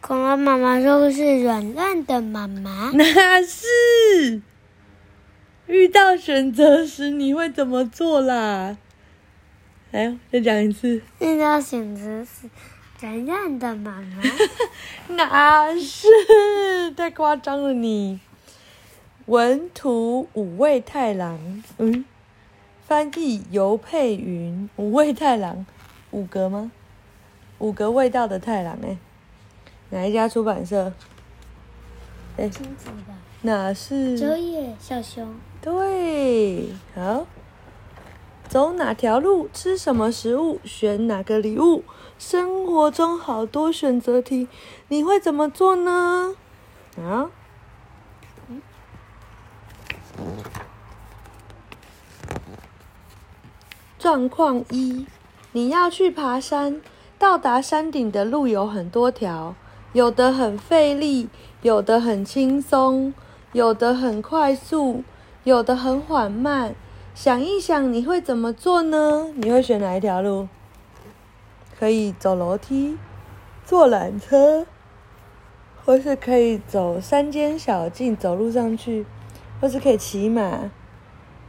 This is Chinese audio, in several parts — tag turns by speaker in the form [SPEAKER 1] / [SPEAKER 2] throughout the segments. [SPEAKER 1] 恐龙妈妈说是软烂的妈 妈，
[SPEAKER 2] 那是遇到选择时你会怎么做啦？来，再讲一次。
[SPEAKER 1] 那道选择是软烂的妈妈。
[SPEAKER 2] 哪是？太夸张了你！文图五味太郎，嗯，翻译尤佩云。五味太郎，五格吗？五格味道的太郎哎、哪一家出版社？哎、
[SPEAKER 1] 亲子的
[SPEAKER 2] 哪是？
[SPEAKER 1] 九野小熊，
[SPEAKER 2] 对，好。走哪条路，吃什么食物，选哪个礼物。生活中好多选择题，你会怎么做呢？啊？状况一：你要去爬山，到达山顶的路有很多条，有的很费力，有的很轻松，有的很快速，有的很缓慢。想一想，你会怎么做呢？你会选哪一条路？可以走楼梯，坐缆车，或是可以走山间小径，走路上去，或是可以骑马，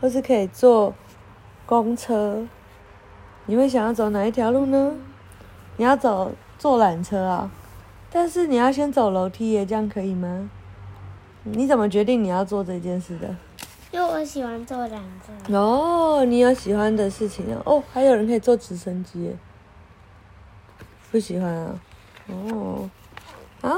[SPEAKER 2] 或是可以坐公车。你会想要走哪一条路呢？你要走坐缆车啊、但是你要先走楼梯耶，这样可以吗？你怎么决定你要做这件事的？
[SPEAKER 1] 因为我喜欢坐缆车，
[SPEAKER 2] 哦，你有喜欢的事情啊？哦，还有人可以坐直升机耶，不喜欢啊？哦，啊，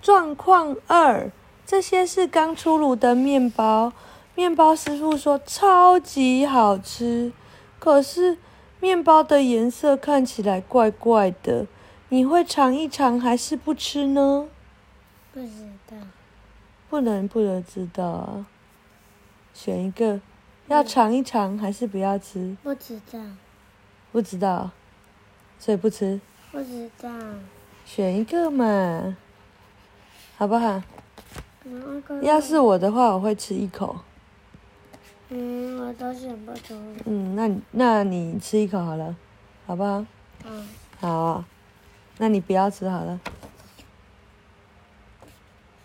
[SPEAKER 2] 状况二，这些是刚出炉的面包，面包师傅说超级好吃，可是面包的颜色看起来怪怪的，你会尝一尝还是不吃呢？
[SPEAKER 1] 不知道
[SPEAKER 2] 不能不能知道啊，选一个，要尝一尝还是不要吃？
[SPEAKER 1] 不知道
[SPEAKER 2] 不知道，所以不吃，
[SPEAKER 1] 不知道，
[SPEAKER 2] 选一个嘛，好不好？
[SPEAKER 1] 嗯，哥哥
[SPEAKER 2] 要是我的话，我会吃一口。
[SPEAKER 1] 嗯，我都选不出，
[SPEAKER 2] 嗯，那你那你吃一口好了，好不好？
[SPEAKER 1] 嗯，
[SPEAKER 2] 好啊、那你不要吃好了，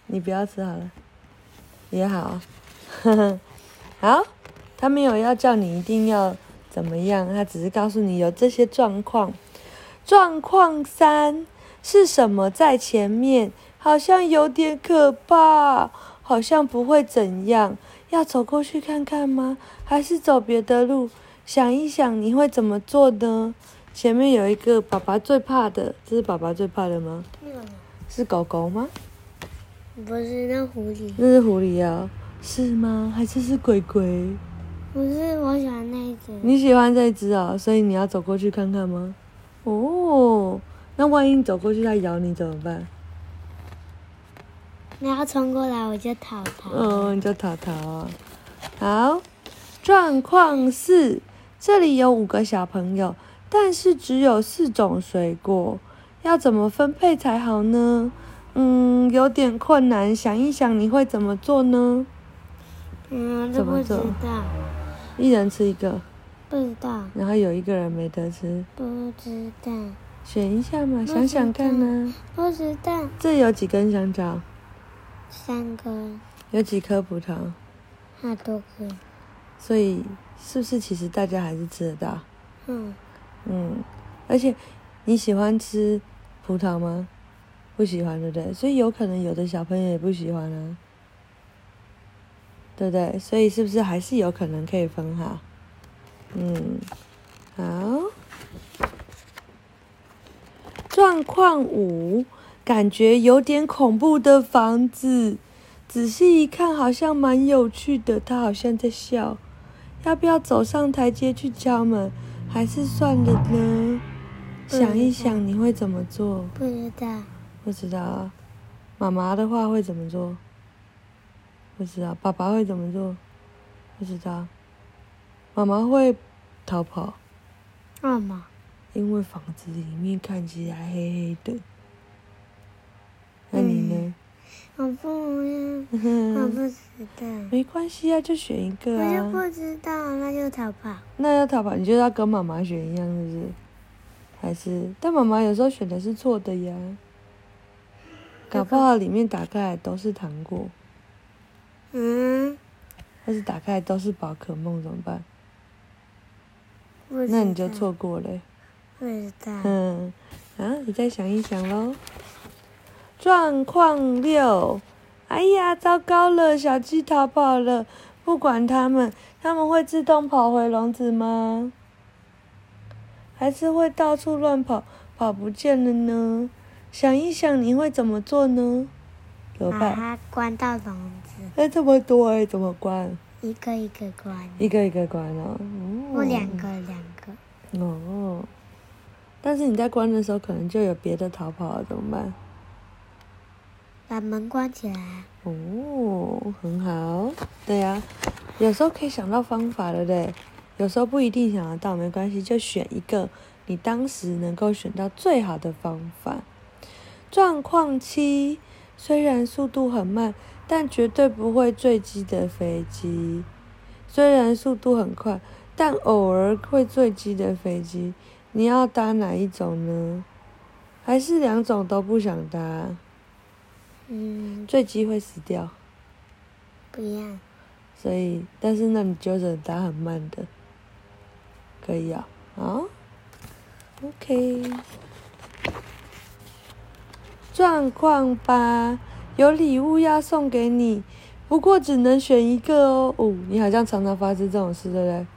[SPEAKER 2] 你不要吃好了，也好 啊、好，他没有要叫你一定要怎么样，他只是告诉你有这些状况。状况三是什么在前面？好像有点可怕，好像不会怎样。要走过去看看吗？还是走别的路？想一想，你会怎么做呢？前面有一个爸爸最怕的，这是爸爸最怕的吗？
[SPEAKER 1] 没有，
[SPEAKER 2] 是狗狗吗？
[SPEAKER 1] 不是那狐狸，
[SPEAKER 2] 那是狐狸啊、是吗？还是是鬼鬼？
[SPEAKER 1] 不是我喜欢那一只，
[SPEAKER 2] 你喜欢这只啊、所以你要走过去看看吗？哦，那万一走过去它咬你怎么办？
[SPEAKER 1] 那要冲过来我就讨它，
[SPEAKER 2] 嗯，你就淘淘啊。好，状况四，这里有五个小朋友，但是只有四种水果，要怎么分配才好呢？嗯，有点困难，想一想你会怎么做呢？
[SPEAKER 1] 嗯，这
[SPEAKER 2] 怎么
[SPEAKER 1] 不知
[SPEAKER 2] 做
[SPEAKER 1] 道，
[SPEAKER 2] 一人吃一个，
[SPEAKER 1] 不知道，
[SPEAKER 2] 然后有一个人没得吃，
[SPEAKER 1] 不知道，
[SPEAKER 2] 选一下嘛，想想看呢、
[SPEAKER 1] 不知道，
[SPEAKER 2] 这有几根香蕉？
[SPEAKER 1] 三根，
[SPEAKER 2] 有几颗葡萄？
[SPEAKER 1] 好多根，
[SPEAKER 2] 所以是不是其实大家还是吃得到？
[SPEAKER 1] 嗯，
[SPEAKER 2] 嗯，而且你喜欢吃葡萄吗？不喜欢，对不对？所以有可能有的小朋友也不喜欢啊，对不对？所以是不是还是有可能可以分好？嗯，好。状况五，感觉有点恐怖的房子，仔细一看好像蛮有趣的，他好像在笑。要不要走上台阶去敲门？还是算了呢？
[SPEAKER 1] 嗯
[SPEAKER 2] 想一想，你会怎么做？
[SPEAKER 1] 不知道，
[SPEAKER 2] 不知道啊。妈妈的话会怎么做？不知道。爸爸会怎么做？不知道。妈妈会逃跑，
[SPEAKER 1] 二毛。
[SPEAKER 2] 因为房子里面看起来黑黑的。那你呢？
[SPEAKER 1] 我不呀，嗯我不知道，
[SPEAKER 2] 没关系啊，就选一个
[SPEAKER 1] 我就
[SPEAKER 2] 啊。
[SPEAKER 1] 不知道，那就逃跑。
[SPEAKER 2] 那要逃跑，你就要跟妈妈选一样，是不是？还是？但妈妈有时候选的是错的呀。搞不好里面打开来都是糖果，
[SPEAKER 1] 嗯，
[SPEAKER 2] 但是打开来都是宝可梦怎么办？
[SPEAKER 1] 不知
[SPEAKER 2] 那你就
[SPEAKER 1] 道，
[SPEAKER 2] 错过了欸。
[SPEAKER 1] 不知道。
[SPEAKER 2] 嗯，啊，你再想一想喽。状况六，哎呀，糟糕了，小鸡逃跑了，不管它们，它们会自动跑回笼子吗？还是会到处乱跑，跑不见了呢？想一想，你会怎么做呢？怎么
[SPEAKER 1] 把
[SPEAKER 2] 办？
[SPEAKER 1] 它关到笼子，
[SPEAKER 2] 哎，这么多哎，怎么关？
[SPEAKER 1] 一个一个关，
[SPEAKER 2] 一个一个关哦。哦
[SPEAKER 1] 或两个两个。
[SPEAKER 2] 哦，但是你在关的时候，可能就有别的逃跑了，怎么办？
[SPEAKER 1] 把门关起来，
[SPEAKER 2] 哦，很好。对呀、有时候可以想到方法，对不对？有时候不一定想得到，没关系，就选一个你当时能够选到最好的方法。状况七，虽然速度很慢，但绝对不会坠机的飞机。虽然速度很快，但偶尔会坠机的飞机，你要搭哪一种呢？还是两种都不想搭？
[SPEAKER 1] 嗯，
[SPEAKER 2] 坠机会死掉。
[SPEAKER 1] 不要，
[SPEAKER 2] 所以，但是那你纠正打很慢的，可以啊、啊，OK。状况吧，有礼物要送给你，不过只能选一个哦。哦，你好像常常发生这种事，对不对？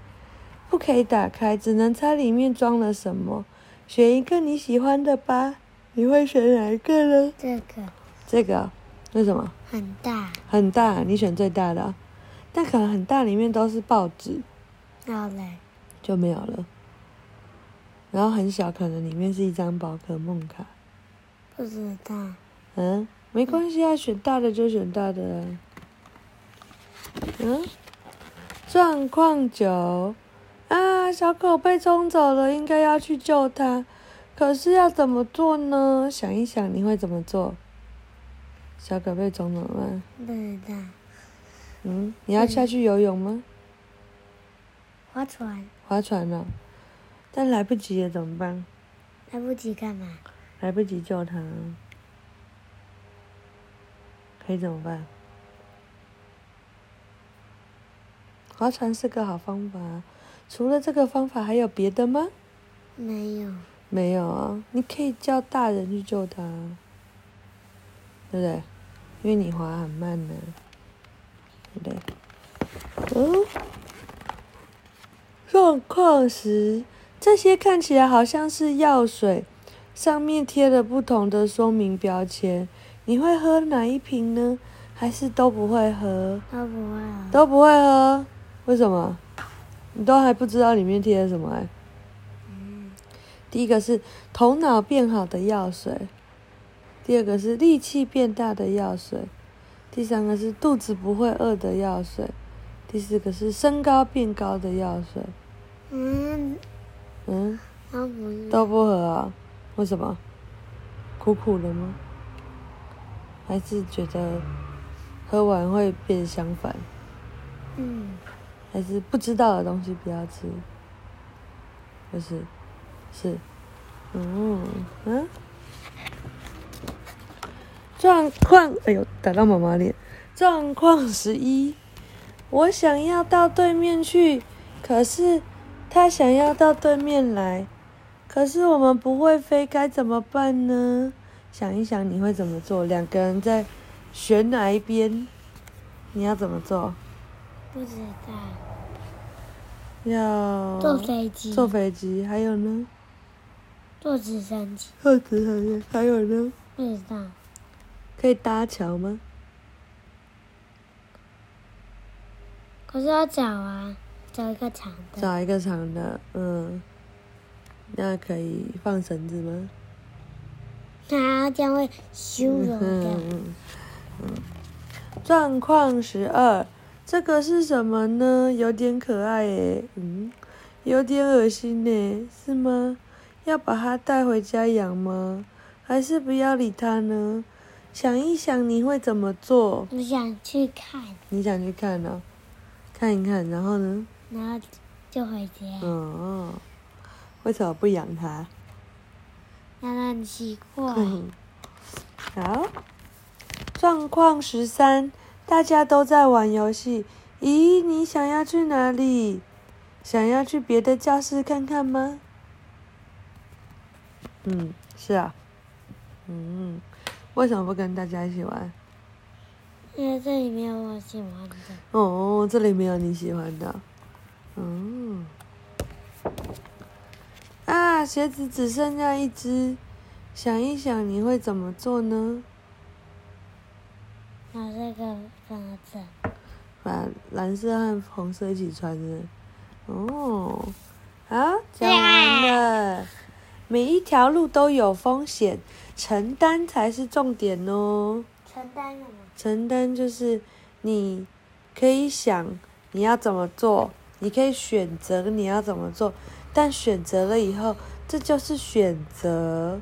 [SPEAKER 2] 不可以打开，只能猜里面装了什么。选一个你喜欢的吧，你会选哪一个呢？
[SPEAKER 1] 这个
[SPEAKER 2] 这个啊为什么？
[SPEAKER 1] 很大，
[SPEAKER 2] 很大，你选最大的啊、但可能很大里面都是报纸，
[SPEAKER 1] 老人
[SPEAKER 2] 就没有了。然后很小，可能里面是一张宝可梦卡。
[SPEAKER 1] 不知道。
[SPEAKER 2] 嗯，没关系啊，选大的就选大的啊。嗯，状况九啊，小狗被冲走了，应该要去救它，可是要怎么做呢？想一想，你会怎么做？小狗被冲走了吗，
[SPEAKER 1] 不知道，
[SPEAKER 2] 嗯，你要下去游泳吗？
[SPEAKER 1] 划船
[SPEAKER 2] 划船了，但来不及了怎么办？
[SPEAKER 1] 来不及干嘛？
[SPEAKER 2] 来不及救他，可以怎么办？划船是个好方法，啊除了这个方法还有别的吗？
[SPEAKER 1] 没有，
[SPEAKER 2] 没有啊，你可以叫大人去救他，啊对不对？因为你滑很慢呢、对不对？哦，状况时，这些看起来好像是药水，上面贴了不同的说明标签，你会喝哪一瓶呢？还是都不会喝？
[SPEAKER 1] 都不会了。
[SPEAKER 2] 都不会喝，为什么？你都还不知道里面贴了什么、欸？第一个是头脑变好的药水，第二个是力气变大的药水，第三个是肚子不会饿的药水，第四个是身高变高的药水。
[SPEAKER 1] 嗯，
[SPEAKER 2] 嗯，
[SPEAKER 1] 都啊不是。
[SPEAKER 2] 都不喝啊？为什么？苦苦的吗？还是觉得喝完会变相反？
[SPEAKER 1] 嗯，
[SPEAKER 2] 还是不知道的东西不要吃，不是，是，嗯嗯，状况，哎呦，打到妈妈脸。状况十一，我想要到对面去，可是他想要到对面来，可是我们不会飞，该怎么办呢？想一想你会怎么做？两个人在悬崖边，你要怎么做？
[SPEAKER 1] 不知道。
[SPEAKER 2] 要
[SPEAKER 1] 坐飞机，
[SPEAKER 2] 哦坐飞机，还有呢？
[SPEAKER 1] 坐直升机，
[SPEAKER 2] 坐直航线，还有呢？
[SPEAKER 1] 不知道。
[SPEAKER 2] 可以搭桥吗？
[SPEAKER 1] 可是要找啊，找一个长的，
[SPEAKER 2] 找一个长的，嗯，那可以放绳子吗？
[SPEAKER 1] 它这样会修容
[SPEAKER 2] 嗯
[SPEAKER 1] 的。
[SPEAKER 2] 嗯嗯。状况十二，这个是什么呢？有点可爱耶，嗯，有点恶心呢，是吗？要把它带回家养吗？还是不要理它呢？想一想，你会怎么做？
[SPEAKER 1] 我想去看，
[SPEAKER 2] 你想去看呢、哦看一看，然后呢？
[SPEAKER 1] 然后就回家，
[SPEAKER 2] 哦，为什么不养它？嗯
[SPEAKER 1] 让它很奇怪。
[SPEAKER 2] 好，状况十三，大家都在玩游戏。咦，你想要去哪里？想要去别的教室看看吗？嗯，是啊。嗯，为什么不跟大家一起玩？
[SPEAKER 1] 因为这里没有我喜欢的。
[SPEAKER 2] 哦，这里没有你喜欢的。嗯。啊，鞋子只剩下一只，想一想你会怎么做呢？
[SPEAKER 1] 拿这个放着，
[SPEAKER 2] 把蓝色和红色一起穿着。哦，好，讲完
[SPEAKER 1] 耶
[SPEAKER 2] 了。每一条路都有风险，承担才是重点哦。
[SPEAKER 1] 承担什么？
[SPEAKER 2] 承担就是你可以想你要怎么做，你可以选择你要怎么做，但选择了以后，这就是选择。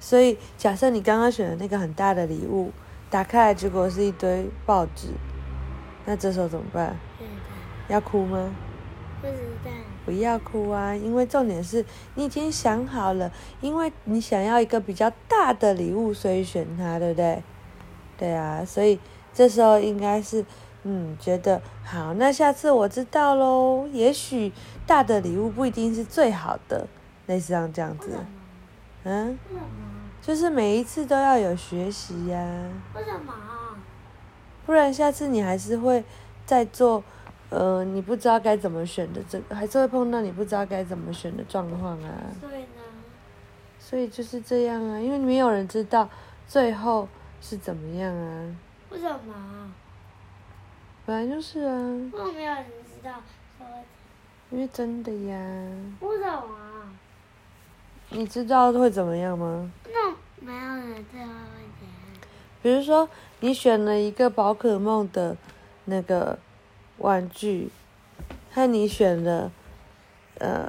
[SPEAKER 2] 所以，假设你刚刚选的那个很大的礼物，打开来结果是一堆报纸，那这时候怎么办？
[SPEAKER 1] 不知道，
[SPEAKER 2] 要哭吗？
[SPEAKER 1] 不知道，
[SPEAKER 2] 不要哭啊，因为重点是你已经想好了，因为你想要一个比较大的礼物，所以选它，对不对？对啊，所以这时候应该是，嗯，觉得好，那下次我知道喽。也许大的礼物不一定是最好的，类似像这样子，嗯，
[SPEAKER 1] 为什么？
[SPEAKER 2] 就是每一次都要有学习呀、
[SPEAKER 1] 为什么？
[SPEAKER 2] 不然下次你还是会再做，呃，你不知道该怎么选的这个，还是会碰到你不知道该怎么选的状况啊。
[SPEAKER 1] 所以呢？
[SPEAKER 2] 所以就是这样啊，因为没有人知道最后是怎么样啊，
[SPEAKER 1] 为什么？
[SPEAKER 2] 本来就是啊，
[SPEAKER 1] 为什么没有人知道说？
[SPEAKER 2] 因为真的呀，
[SPEAKER 1] 为什么？
[SPEAKER 2] 你知道会怎么样吗？
[SPEAKER 1] 那没有人知道会怎样？
[SPEAKER 2] 比如说你选了一个宝可梦的那个玩具，和你选了呃